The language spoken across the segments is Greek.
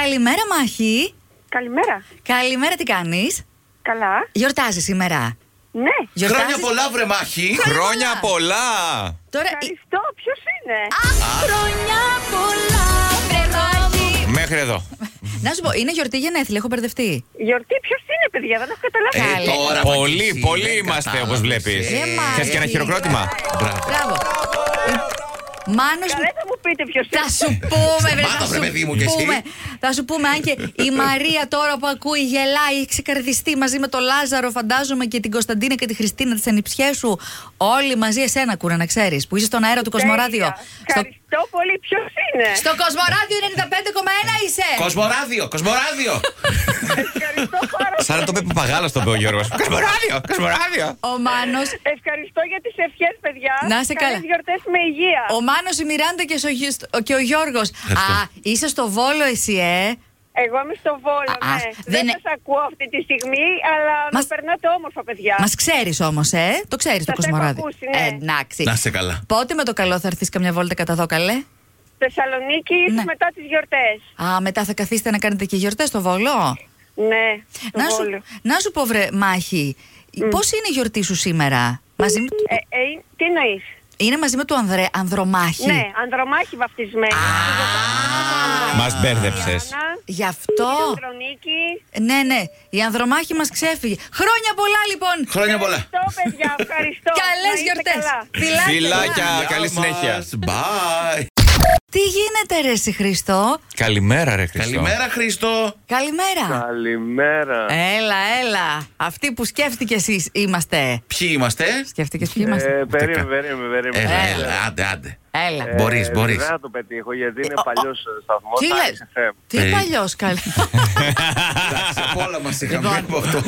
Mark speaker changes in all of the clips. Speaker 1: Καλημέρα, Μάχη.
Speaker 2: Καλημέρα.
Speaker 1: Καλημέρα, τι κάνεις
Speaker 2: Καλά.
Speaker 1: Γιορτάζεις σήμερα.
Speaker 2: Ναι.
Speaker 1: Γιορτάζεις-
Speaker 3: Χρόνια πολλά, βρε μάχη!
Speaker 1: Χρόνια
Speaker 4: Χρόνια πολλά!
Speaker 1: Τώρα. η-
Speaker 2: Ευχαριστώ. Ποιος είναι.
Speaker 1: Α, χρόνια πολλά, βρε Μάχη.
Speaker 4: Μέχρι εδώ.
Speaker 1: Να σου πω, είναι γιορτή γενέθλια, έχω μπερδευτεί.
Speaker 2: Γιορτή, ποιος είναι, παιδιά, δεν έχω καταλάβει.
Speaker 1: Καλή.
Speaker 4: Πολύ,
Speaker 3: Μάκη,
Speaker 4: πολύ
Speaker 3: δεν
Speaker 4: είμαστε,
Speaker 3: κατάλαβες,
Speaker 4: όπως βλέπεις.
Speaker 3: ε.
Speaker 1: Ε, μα,
Speaker 4: Θες και ένα
Speaker 1: εσύ.
Speaker 4: χειροκρότημα.
Speaker 3: Μπράβο.
Speaker 1: Μπράβο. Μάνος.
Speaker 2: Καλά, θα μου πείτε ποιος είναι.
Speaker 1: Θα σου πούμε, βρε,
Speaker 3: Σταμάτα,
Speaker 1: θα
Speaker 3: βρε,
Speaker 1: σου
Speaker 3: παιδί μου, κι εσύ.
Speaker 1: πούμε. Θα σου πούμε, αν και η Μαρία τώρα που ακούει γελάει, έχει ξεκαρδιστεί μαζί με τον Λάζαρο, φαντάζομαι και την Κωνσταντίνα και τη Χριστίνα, τι ανιψιέ σου. Όλοι μαζί εσένα, κούρα, να ξέρεις, που είσαι στον αέρα του Κοσμοράδιο.
Speaker 2: Τέλεια.
Speaker 1: Στο,
Speaker 2: Ευχαριστώ πολύ. Ποιος είναι.
Speaker 1: στο Κοσμοράδιο 95,1 είσαι!
Speaker 3: Κοσμοράδιο, Κοσμοράδιο!
Speaker 2: Ευχαριστώ πάρα
Speaker 4: Σαν να το πει παπαγάλα στον πει ο Γιώργος. Κοσμοράδιο, κοσμοράδιο.
Speaker 1: Ο Μάνος.
Speaker 2: Ε. Ευχαριστώ για τις ευχές, παιδιά.
Speaker 1: Να είστε καλά.
Speaker 2: Καλές γιορτές με υγεία.
Speaker 1: Ο Μάνος, η Μιράντα και, στο- στο- και ο Γιώργος. Α, είσαι στο Βόλο, εσύ, ε.
Speaker 2: Εγώ είμαι στο Βόλο,
Speaker 1: Α,
Speaker 2: ναι.
Speaker 1: αχ, δεν
Speaker 2: δεν
Speaker 1: είναι-
Speaker 2: σας ακούω αυτή τη στιγμή, αλλά
Speaker 1: Μας-
Speaker 2: να περνάτε όμορφα, παιδιά.
Speaker 1: Μας ξέρεις όμως, ε. Το ξέρεις το
Speaker 2: Σας έχω
Speaker 1: Κοσμοράδιο.
Speaker 2: ακούσει, ναι.
Speaker 1: Εντάξει.
Speaker 3: Να σε καλά.
Speaker 1: Πότε με το καλό θα έρθεις καμιά βόλτα κατά εδώ, καλέ.
Speaker 2: Θεσσαλονίκη, ίσως
Speaker 1: Ναι.
Speaker 2: μετά τις γιορτές.
Speaker 1: Α, μετά θα καθίσετε να κάνετε και γιορτές στο Βόλο.
Speaker 2: Ναι, στο
Speaker 1: Να σου,
Speaker 2: Βόλο.
Speaker 1: να σου πω, βρε, Μάχη, πώς είναι η γιορτή σου σήμερα, μαζί με,
Speaker 2: Ε, ε, τι νοείς.
Speaker 1: Είναι μαζί με τον Ανδρέ, Ανδρομάχη.
Speaker 2: Ναι, ανδρομάχη βαφτισμένη.
Speaker 4: Μας μπέρδεψες.
Speaker 1: Γι' αυτό.
Speaker 2: Ανδρονίκη.
Speaker 1: Ναι, ναι, η Ανδρομάχη μας ξέφυγε. Χρόνια πολλά, λοιπόν.
Speaker 3: Χρόνια πολλά!
Speaker 2: Ευχαριστώ, παιδιά, ευχαριστώ. Να
Speaker 1: Καλέ
Speaker 2: είστε
Speaker 1: γιορτές.
Speaker 2: καλά.
Speaker 4: Φιλάκια.
Speaker 3: Γεια
Speaker 4: καλή
Speaker 3: μας.
Speaker 4: συνέχεια.
Speaker 3: Bye.
Speaker 1: Τι γίνεται, ρε, εσύ, Χριστό.
Speaker 4: Καλημέρα, ρε Χριστό.
Speaker 3: Καλημέρα, Χρήστο!
Speaker 1: Καλημέρα.
Speaker 5: Καλημέρα.
Speaker 1: Έλα, έλα. Αυτοί που σκέφτηκες εσύ είμαστε.
Speaker 3: Ποιοι είμαστε?
Speaker 1: Σκέφτηκες ποιοι είμαστε.
Speaker 5: Ε, περίμενε, περίμενε, περίμενε.
Speaker 3: Έλα,
Speaker 1: Έλα.
Speaker 3: έλα, άντε, άντε.
Speaker 1: Έλα.
Speaker 5: Ε,
Speaker 3: μπορείς, μπορείς.
Speaker 5: Δεν θα το πετύχω γιατί είναι
Speaker 1: Ε, ο-
Speaker 5: παλιός σταθμός.
Speaker 1: Τι λες,
Speaker 3: Ε.
Speaker 1: Τι παλιό καλή.
Speaker 3: Εντάξει, απ' όλα μας είχαμε
Speaker 1: Λοιπόν.
Speaker 3: από αυτό.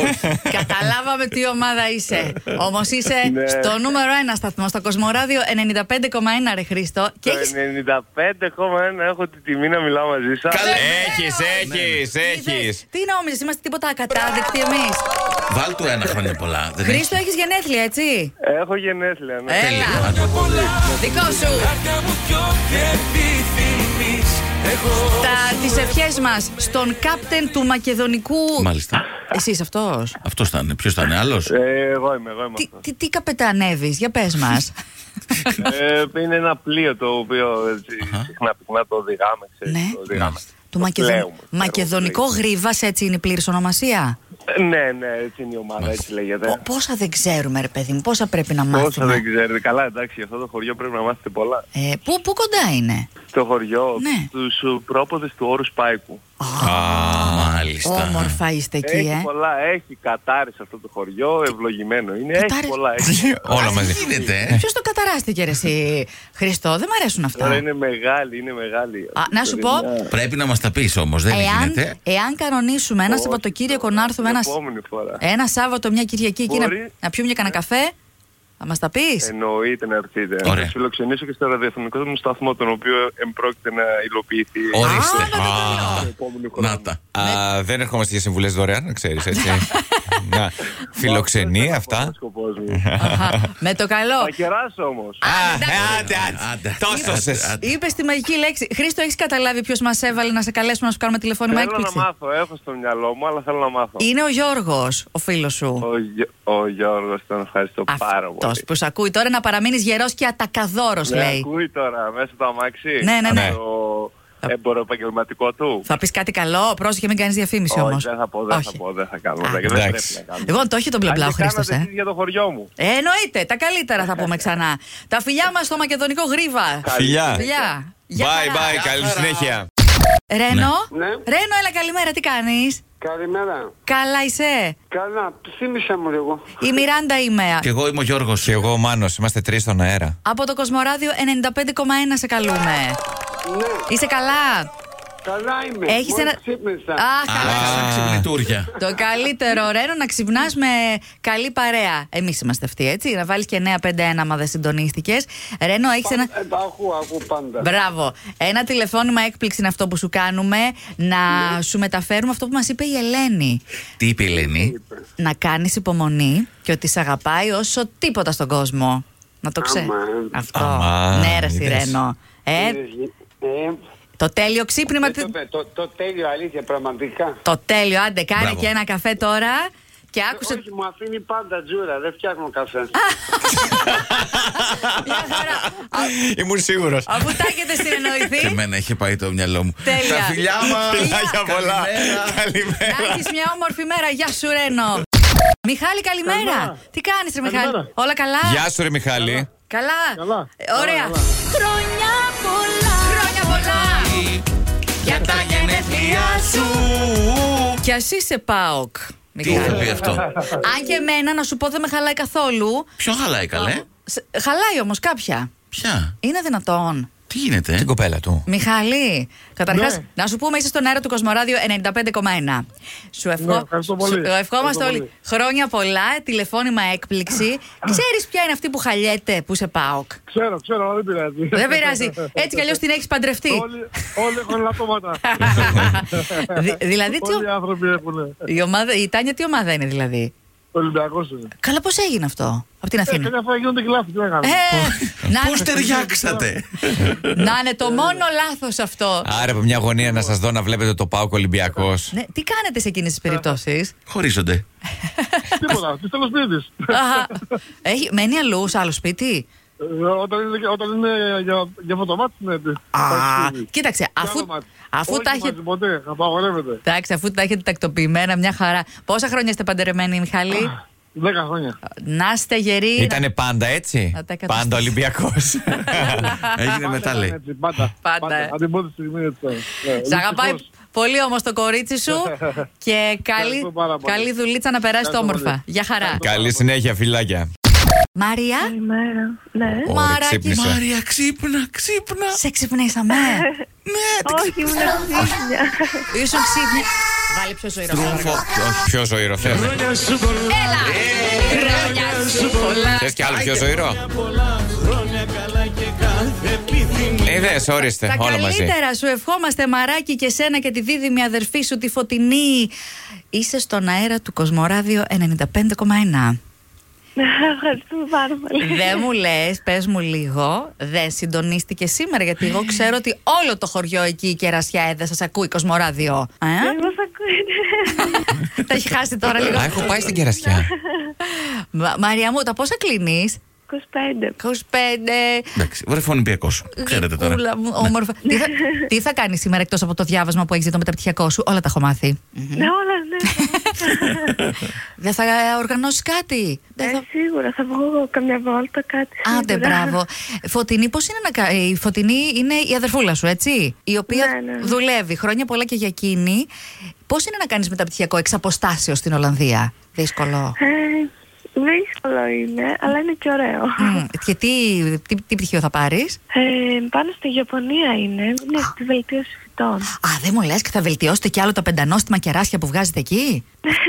Speaker 1: Καταλάβαμε τι ομάδα είσαι. Όμως είσαι
Speaker 5: Ναι.
Speaker 1: στο νούμερο 1 σταθμό, στο Κοσμοράδιο 95,1 ρε Χρήστο. Και
Speaker 5: Το
Speaker 1: έχεις...
Speaker 5: 95,1 έχω τη τιμή να μιλάω μαζί σας.
Speaker 3: Καλέ.
Speaker 4: Έχεις, έχεις, έχεις.
Speaker 1: Είδες, Τι νόμιζες, είμαστε τίποτα ακατάδεκτοι εμείς.
Speaker 3: Βάλ του ένα χρόνια πολλά. δεν έχει.
Speaker 1: Χρήστο, έχεις γενέθλια, έτσι.
Speaker 5: Έχω γενέθλια. Ναι.
Speaker 1: Έλα. Δικό σου. Τα τις ευχές μας στον κάπτεν του μακεδονικού.
Speaker 3: Μάλιστα.
Speaker 1: Εσύ είσαι αυτός.
Speaker 3: Αυτός θα είναι. Ποιος θα είναι, άλλος.
Speaker 5: Ε, εγώ είμαι, εγώ είμαι
Speaker 1: Τι,
Speaker 5: αυτός.
Speaker 1: τι, τι καπετανεύεις, για πες μας.
Speaker 5: ε, είναι ένα πλοίο το οποίο έτσι, συχνά πυκνά το οδηγάμε. Ξέρεις,
Speaker 1: Ναι.
Speaker 5: το οδηγάμε.
Speaker 1: Του
Speaker 5: Το
Speaker 1: μακεδο-
Speaker 5: πλέουμε, ξέρω,
Speaker 1: μακεδονικό γρήβας, έτσι είναι η πλήρης ονομασία.
Speaker 5: Ε, Ναι, ναι, έτσι είναι η ομάδα, έτσι λέγεται.
Speaker 1: Πο- Πόσα δεν ξέρουμε, ρε παιδί μου, πόσα πρέπει να
Speaker 5: Ναι. Πόσα
Speaker 1: μάθουμε.
Speaker 5: δεν ξέρετε. Καλά, εντάξει, αυτό το χωριό πρέπει να μάθετε πολλά.
Speaker 1: Ε, πού, πού κοντά είναι.
Speaker 5: Στο χωριό,
Speaker 1: Ναι.
Speaker 5: του πρόποδες του όρους Πάικου.
Speaker 3: Μάλιστα.
Speaker 1: Όμορφα είστε εκεί,
Speaker 5: Έχει
Speaker 1: ε.
Speaker 5: πολλά, έχει κατάρρηση αυτό το χωριό, ευλογημένο είναι.
Speaker 1: Κατάρι-
Speaker 5: Έχει πολλά. Έχει.
Speaker 4: Όλα
Speaker 3: Ας, τι
Speaker 4: μαζί.
Speaker 3: γίνεται, ε?
Speaker 1: Ποιος το καταράστηκε, ρε, εσύ, Χριστό, δεν μ' αρέσουν αυτά.
Speaker 5: Τώρα είναι μεγάλη, είναι μεγάλη.
Speaker 1: Α, να σου πω,
Speaker 3: Πρέπει να μας τα πεις όμως, δεν γίνεται.
Speaker 1: Εάν, εάν κανονισουμε ένας
Speaker 5: Όχι, Λοιπόν,
Speaker 1: Σαββατοκύριακο
Speaker 5: τώρα,
Speaker 1: να έρθουμε
Speaker 5: την
Speaker 1: ένας,
Speaker 5: επόμενη φορά.
Speaker 1: ένα Σάββατο, μια Κυριακή εκεί να,
Speaker 5: Μπορεί. Ναι. Ε,
Speaker 1: να πιούμε και κανένα καφέ, θα μας τα πεις.
Speaker 5: Εννοείται να έρθετε. Να
Speaker 3: Ωραία.
Speaker 5: σας φιλοξενήσω και στο ραδιοφωνικό μου σταθμό, τον οποίο εμπρόκειται να υλοποιηθεί.
Speaker 3: Ορίστε.
Speaker 5: το επόμενο χρόνο.
Speaker 3: Να τα.
Speaker 4: Α, δεν ερχόμαστε για συμβουλές δωρεάν, να ξέρεις έτσι. Να, Φιλοξενία
Speaker 5: Αυτό
Speaker 4: αυτά.
Speaker 5: είναι ο σκοπός μου.
Speaker 1: Με το καλό.
Speaker 5: Θα κεράσω όμως.
Speaker 4: Α,
Speaker 1: εντάξει.
Speaker 4: ε, άντε, άντε. Τόσο σε.
Speaker 1: Είπες τη μαγική λέξη. Χρήστο, έχεις καταλάβει ποιος μας έβαλε να σε καλέσουμε να σου κάνουμε τηλεφώνημα
Speaker 5: Θέλω να
Speaker 1: έκπληξη.
Speaker 5: μάθω, έχω στο μυαλό μου, αλλά θέλω να μάθω.
Speaker 1: Είναι ο Γιώργος, ο φίλος σου.
Speaker 5: Ο, Γι- ο Γιώργος, τον ευχαριστώ πάρα
Speaker 1: Αυτό
Speaker 5: πολύ.
Speaker 1: που σε ακούει τώρα να παραμείνεις γερός και ατακαδόρος,
Speaker 5: Με
Speaker 1: λέει.
Speaker 5: ακούει τώρα μέσα το αμάξι.
Speaker 1: Ναι, ναι,
Speaker 4: ναι.
Speaker 5: Το έμπορο επαγγελματικό του.
Speaker 1: Θα πεις κάτι καλό, πρόσεχε, μην κάνεις διαφήμιση όμω.
Speaker 5: Όχι, δεν θα πω, δεν θα πω, δεν θα κάνω. δεν- Δεν
Speaker 4: εντάξει.
Speaker 5: πρέπει να κάνω.
Speaker 1: Εγώ το έχει τον μπλε μπλε ο
Speaker 5: Αν και
Speaker 1: Χρήστος,
Speaker 5: κάνατε
Speaker 1: ε.
Speaker 5: εσείς για το χωριό μου.
Speaker 1: Ε, εννοείται. Τα καλύτερα θα πούμε ξανά. Τα φιλιά μας στο μακεδονικό γρίβα.
Speaker 4: Φιλιά.
Speaker 1: Φιλιά. Γεια
Speaker 4: Bye,
Speaker 1: χαρά.
Speaker 4: bye. Καλή συνέχεια.
Speaker 1: Ρένο.
Speaker 6: Ναι.
Speaker 1: Ρένο, έλα καλημέρα. Τι κάνεις.
Speaker 6: Καλημέρα.
Speaker 1: Καλά είσαι.
Speaker 6: Καλά, θύμισα μου λίγο.
Speaker 1: Η Μιράντα είμαι.
Speaker 3: Και εγώ είμαι ο Γιώργος.
Speaker 4: Και εγώ ο Μάνος, είμαστε τρεις στον αέρα.
Speaker 1: Από το Κοσμοράδιο 95,1 σε καλούμε.
Speaker 6: Ναι,
Speaker 1: Είσαι καλά.
Speaker 6: καλά είμαι.
Speaker 1: Έχεις
Speaker 6: Μόλις
Speaker 1: ένα-
Speaker 6: Ξύπνησα.
Speaker 1: Αχ, καλά.
Speaker 3: Σαν ξυπνητούρια.
Speaker 1: Το καλύτερο, Ρένο, να ξυπνάς με καλή παρέα. Εμείς είμαστε αυτοί, έτσι. Να βάλεις και 9-5-1 άμα δεν συντονίστηκες. Ρένο, έχεις ένα.
Speaker 6: Ε, τα ακούω, ακούω πάντα.
Speaker 1: Μπράβο. Ένα τηλεφώνημα έκπληξη είναι αυτό που σου κάνουμε. Να
Speaker 6: Ναι.
Speaker 1: σου μεταφέρουμε αυτό που μας είπε η Ελένη.
Speaker 3: Τι είπε η Ελένη.
Speaker 1: Να κάνεις υπομονή και ότι σε αγαπάει όσο τίποτα στον κόσμο. Να το ξέρει.
Speaker 6: Αμάν.
Speaker 1: Αυτό.
Speaker 4: Αμάν,
Speaker 1: ναι, ρε
Speaker 4: είδες.
Speaker 1: Σιρένο. Ε,
Speaker 6: Ε, ε,
Speaker 1: το Το τέλειο ξύπνημα.
Speaker 6: Ε,
Speaker 1: τι-
Speaker 6: το, το, το τέλειο αλήθεια, πραγματικά.
Speaker 1: Το τέλειο, άντε, κάνε
Speaker 3: Μπράβο.
Speaker 1: και ένα καφέ τώρα. Και άκουσε.
Speaker 6: Όχι, μου αφήνει πάντα τζούρα, δεν φτιάχνω καφέ.
Speaker 1: Μια χαρά. Α-
Speaker 4: Ήμουν σίγουρος.
Speaker 1: Αφού τα έχετε
Speaker 3: Και
Speaker 1: συνεννοηθεί,
Speaker 3: εμένα είχε πάει το μυαλό μου.
Speaker 1: Τέλεια.
Speaker 3: Τα φιλιά μας.
Speaker 1: Φιλιά.
Speaker 4: Φιλάκια πολλά.
Speaker 3: Καλημέρα.
Speaker 4: Καλημέρα.
Speaker 1: να έχεις μια όμορφη μέρα. Γεια σου, Ρένο. Μιχάλη, καλημέρα. Τι κάνεις, Ρε Μιχάλη.
Speaker 5: Καλημέρα.
Speaker 1: Όλα καλά.
Speaker 4: Γεια σου, ρε Μιχάλη.
Speaker 1: Καλά.
Speaker 5: Καλά.
Speaker 1: Ε, Ωραία.
Speaker 5: Καλά,
Speaker 1: Χρόνια πολλά. Χρόνια πολλά. Για τα γενέθλιά σου. Κι ας είσαι ΠΑΟΚ.
Speaker 3: Τι θα
Speaker 1: Μιχάλη.
Speaker 3: πει αυτό.
Speaker 1: Αν και εμένα, να σου πω, δεν με χαλάει καθόλου.
Speaker 3: Ποιο χαλάει καλέ.
Speaker 1: Σε- Χαλάει όμως κάποια.
Speaker 3: Ποια.
Speaker 1: Είναι δυνατόν.
Speaker 3: Τι γίνεται. ε?
Speaker 4: Την κοπέλα του.
Speaker 1: Μιχάλη, καταρχάς,
Speaker 5: Ναι.
Speaker 1: να σου πούμε, είσαι στον αέρα του Κοσμοράδιο 95,1. Σου ευχο...
Speaker 5: Ναι, ευχαριστώ πολύ.
Speaker 1: σου ευχόμαστε
Speaker 5: Ευχαριστώ
Speaker 1: όλοι
Speaker 5: πολύ.
Speaker 1: χρόνια πολλά, τηλεφώνημα έκπληξη. Ξέρεις ποια είναι αυτή που χαλιέται που σε ΠΑΟΚ.
Speaker 5: Ξέρω, ξέρω, αλλά δεν πειράζει.
Speaker 1: Δεν πειράζει. Έτσι κι αλλιώς την έχεις παντρευτεί.
Speaker 5: όλοι, όλοι έχουν λαπτώματα.
Speaker 1: Δη- δηλαδή, τι ο-
Speaker 5: Όλοι οι άνθρωποι έχουν. ε,
Speaker 1: η, ομάδα, η Τάνια τι ομάδα είναι, δηλαδή.
Speaker 5: Ολυμπιακός είναι.
Speaker 1: Καλά, πώς έγινε αυτό από την
Speaker 5: Ε,
Speaker 1: Αθήνα.
Speaker 5: Καμιά φορά γίνονται και λάθη, τι να
Speaker 1: Ε,
Speaker 5: κάνουμε.
Speaker 1: να,
Speaker 3: Πώ ταιριάξατε.
Speaker 1: να είναι το μόνο λάθος αυτό.
Speaker 4: Άρα από μια γωνία να σας δω να βλέπετε το Πάοκ Ολυμπιακός.
Speaker 1: Ναι, τι κάνετε σε εκείνες τις περιπτώσεις.
Speaker 3: Χωρίζονται.
Speaker 5: Τίποτα, της θέλω σπίτι της.
Speaker 1: Έχει, μένει αλλού, σε άλλο σπίτι.
Speaker 5: Ε, Όταν είναι, όταν είναι για, για ναι, φωτομάτι, είναι έτσι.
Speaker 1: Α,
Speaker 5: Πάει σπίτι.
Speaker 1: κοίταξε,
Speaker 5: Κι άλλο
Speaker 1: αφού,
Speaker 5: μάτι.
Speaker 1: αφού
Speaker 5: Όχι
Speaker 1: τα έχετε.
Speaker 5: μάτι ποτέ, απαγορεύεται.
Speaker 1: Εντάξει, αφού τα έχετε τακτοποιημένα, μια χαρά. Πόσα χρόνια είστε παντρεμένοι, Μιχάλη.
Speaker 5: Δέκα χρόνια.
Speaker 1: Να είστε γεροί.
Speaker 4: Ήτανε πάντα έτσι.
Speaker 1: Να τα εκατοστήσω.
Speaker 4: Πάντα Ολυμπιακός.
Speaker 3: Έγινε μετά Ε, λέει.
Speaker 5: Έτσι, πάντα.
Speaker 1: Πάντα, ε.
Speaker 5: Από την πρώτη στιγμή έτσι. ήταν. Ναι,
Speaker 1: Σ' αγαπάει
Speaker 5: δυστυχώς.
Speaker 1: πολύ όμως το κορίτσι σου και καλή,
Speaker 5: Ευχαριστώ πάρα πολύ.
Speaker 1: καλή δουλίτσα να περάσει
Speaker 5: Ευχαριστώ
Speaker 1: όμορφα.
Speaker 5: πολύ.
Speaker 1: Για χαρά.
Speaker 4: Καλή συνέχεια, φιλάκια.
Speaker 1: Μαρία,
Speaker 7: Καλημέρα. Ναι.
Speaker 4: Ωραία,
Speaker 1: Μαράκι,
Speaker 4: ξύπνησε.
Speaker 3: Μαρία, ξύπνα, ξύπνα.
Speaker 1: σε ξυπνήσαμε.
Speaker 3: Ναι, την
Speaker 7: Όχι, ήμουν ξύπνια.
Speaker 1: Ήσουν ξύπνη. Βάλε πιο ζωηρό.
Speaker 3: ξύπνα. Όχι.
Speaker 4: Ποιο ζωήρο θε.
Speaker 1: Έλα! Χρόνια σου πολλά.
Speaker 4: Θες κι άλλο πιο ζωήρο. Είδε, όριστε,
Speaker 1: Τα
Speaker 4: Ε, όλα μαζί.
Speaker 1: καλύτερα σου ευχόμαστε Μαράκι και σένα και τη δίδυμη αδερφή σου τη Φωτεινή. Είσαι στον αέρα του Κοσμοράδιο 95,1.
Speaker 7: Ευχαριστούμε πάρα πολύ.
Speaker 1: Δεν μου λες, πες μου λίγο, δεν συντονίστηκε σήμερα. Γιατί εγώ ξέρω ότι όλο το χωριό εκεί η κερασιά ε, δεν σας ακούει, Κοσμοράδιο. Ε?
Speaker 7: Εγώ σ' ακούω.
Speaker 1: τα έχει χάσει τώρα λίγο.
Speaker 4: Α, έχω πάει στην κερασιά.
Speaker 1: Μα- Μαρία μου, τα πόσα κλείνεις.
Speaker 7: 25.
Speaker 1: 25.
Speaker 3: Εντάξει, βρεφονιπιακό σου. Ξέρετε τώρα.
Speaker 1: γλυκούλα μου, όμορφα.
Speaker 7: Ναι.
Speaker 1: Τι θα, τι θα κάνεις σήμερα εκτός από το διάβασμα που έχεις για το μεταπτυχιακό σου, όλα τα έχω μάθει.
Speaker 7: Ναι, όλα, ναι.
Speaker 1: Δεν θα οργανώσεις κάτι. Δεν θα...
Speaker 7: Ε, Σίγουρα θα βγω καμιά βόλτα κάτι.
Speaker 1: Άντε,
Speaker 7: σίγουρα.
Speaker 1: μπράβο. Φωτεινή, πώς είναι να. κα- ε, Η Φωτεινή είναι η αδερφούλα σου, έτσι. Η οποία
Speaker 7: Ναι, ναι.
Speaker 1: δουλεύει χρόνια πολλά και για εκείνη. Πώς είναι να κάνεις μεταπτυχιακό εξ αποστάσεως στην Ολλανδία, Δύσκολο.
Speaker 7: Ε, Δύσκολο είναι, αλλά είναι και ωραίο.
Speaker 1: Μμ, Και τι, τι, τι πτυχίο θα πάρεις.
Speaker 7: Ε, πάνω στη Ιαπωνία είναι, είναι στη βελτίωση φυτών.
Speaker 1: Α, δεν μου λες και θα βελτιώσετε κι άλλο τα πεντανόστιμα κεράσια που βγάζετε εκεί.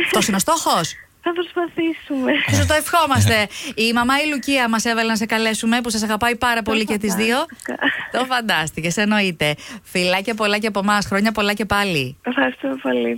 Speaker 1: Αυτός είναι ο στόχος.
Speaker 7: Θα προσπαθήσουμε.
Speaker 1: Σου το ευχόμαστε. Η μαμά η Λουκία μας έβαλε να σε καλέσουμε που σας αγαπάει πάρα πολύ και τις δύο.
Speaker 7: φαντάστηκα.
Speaker 1: Το φαντάστηκες, εννοείται. Φιλάκια πολλά και από εμάς. Χρόνια πολλά και πάλι.
Speaker 7: Ευχαριστούμε πολύ.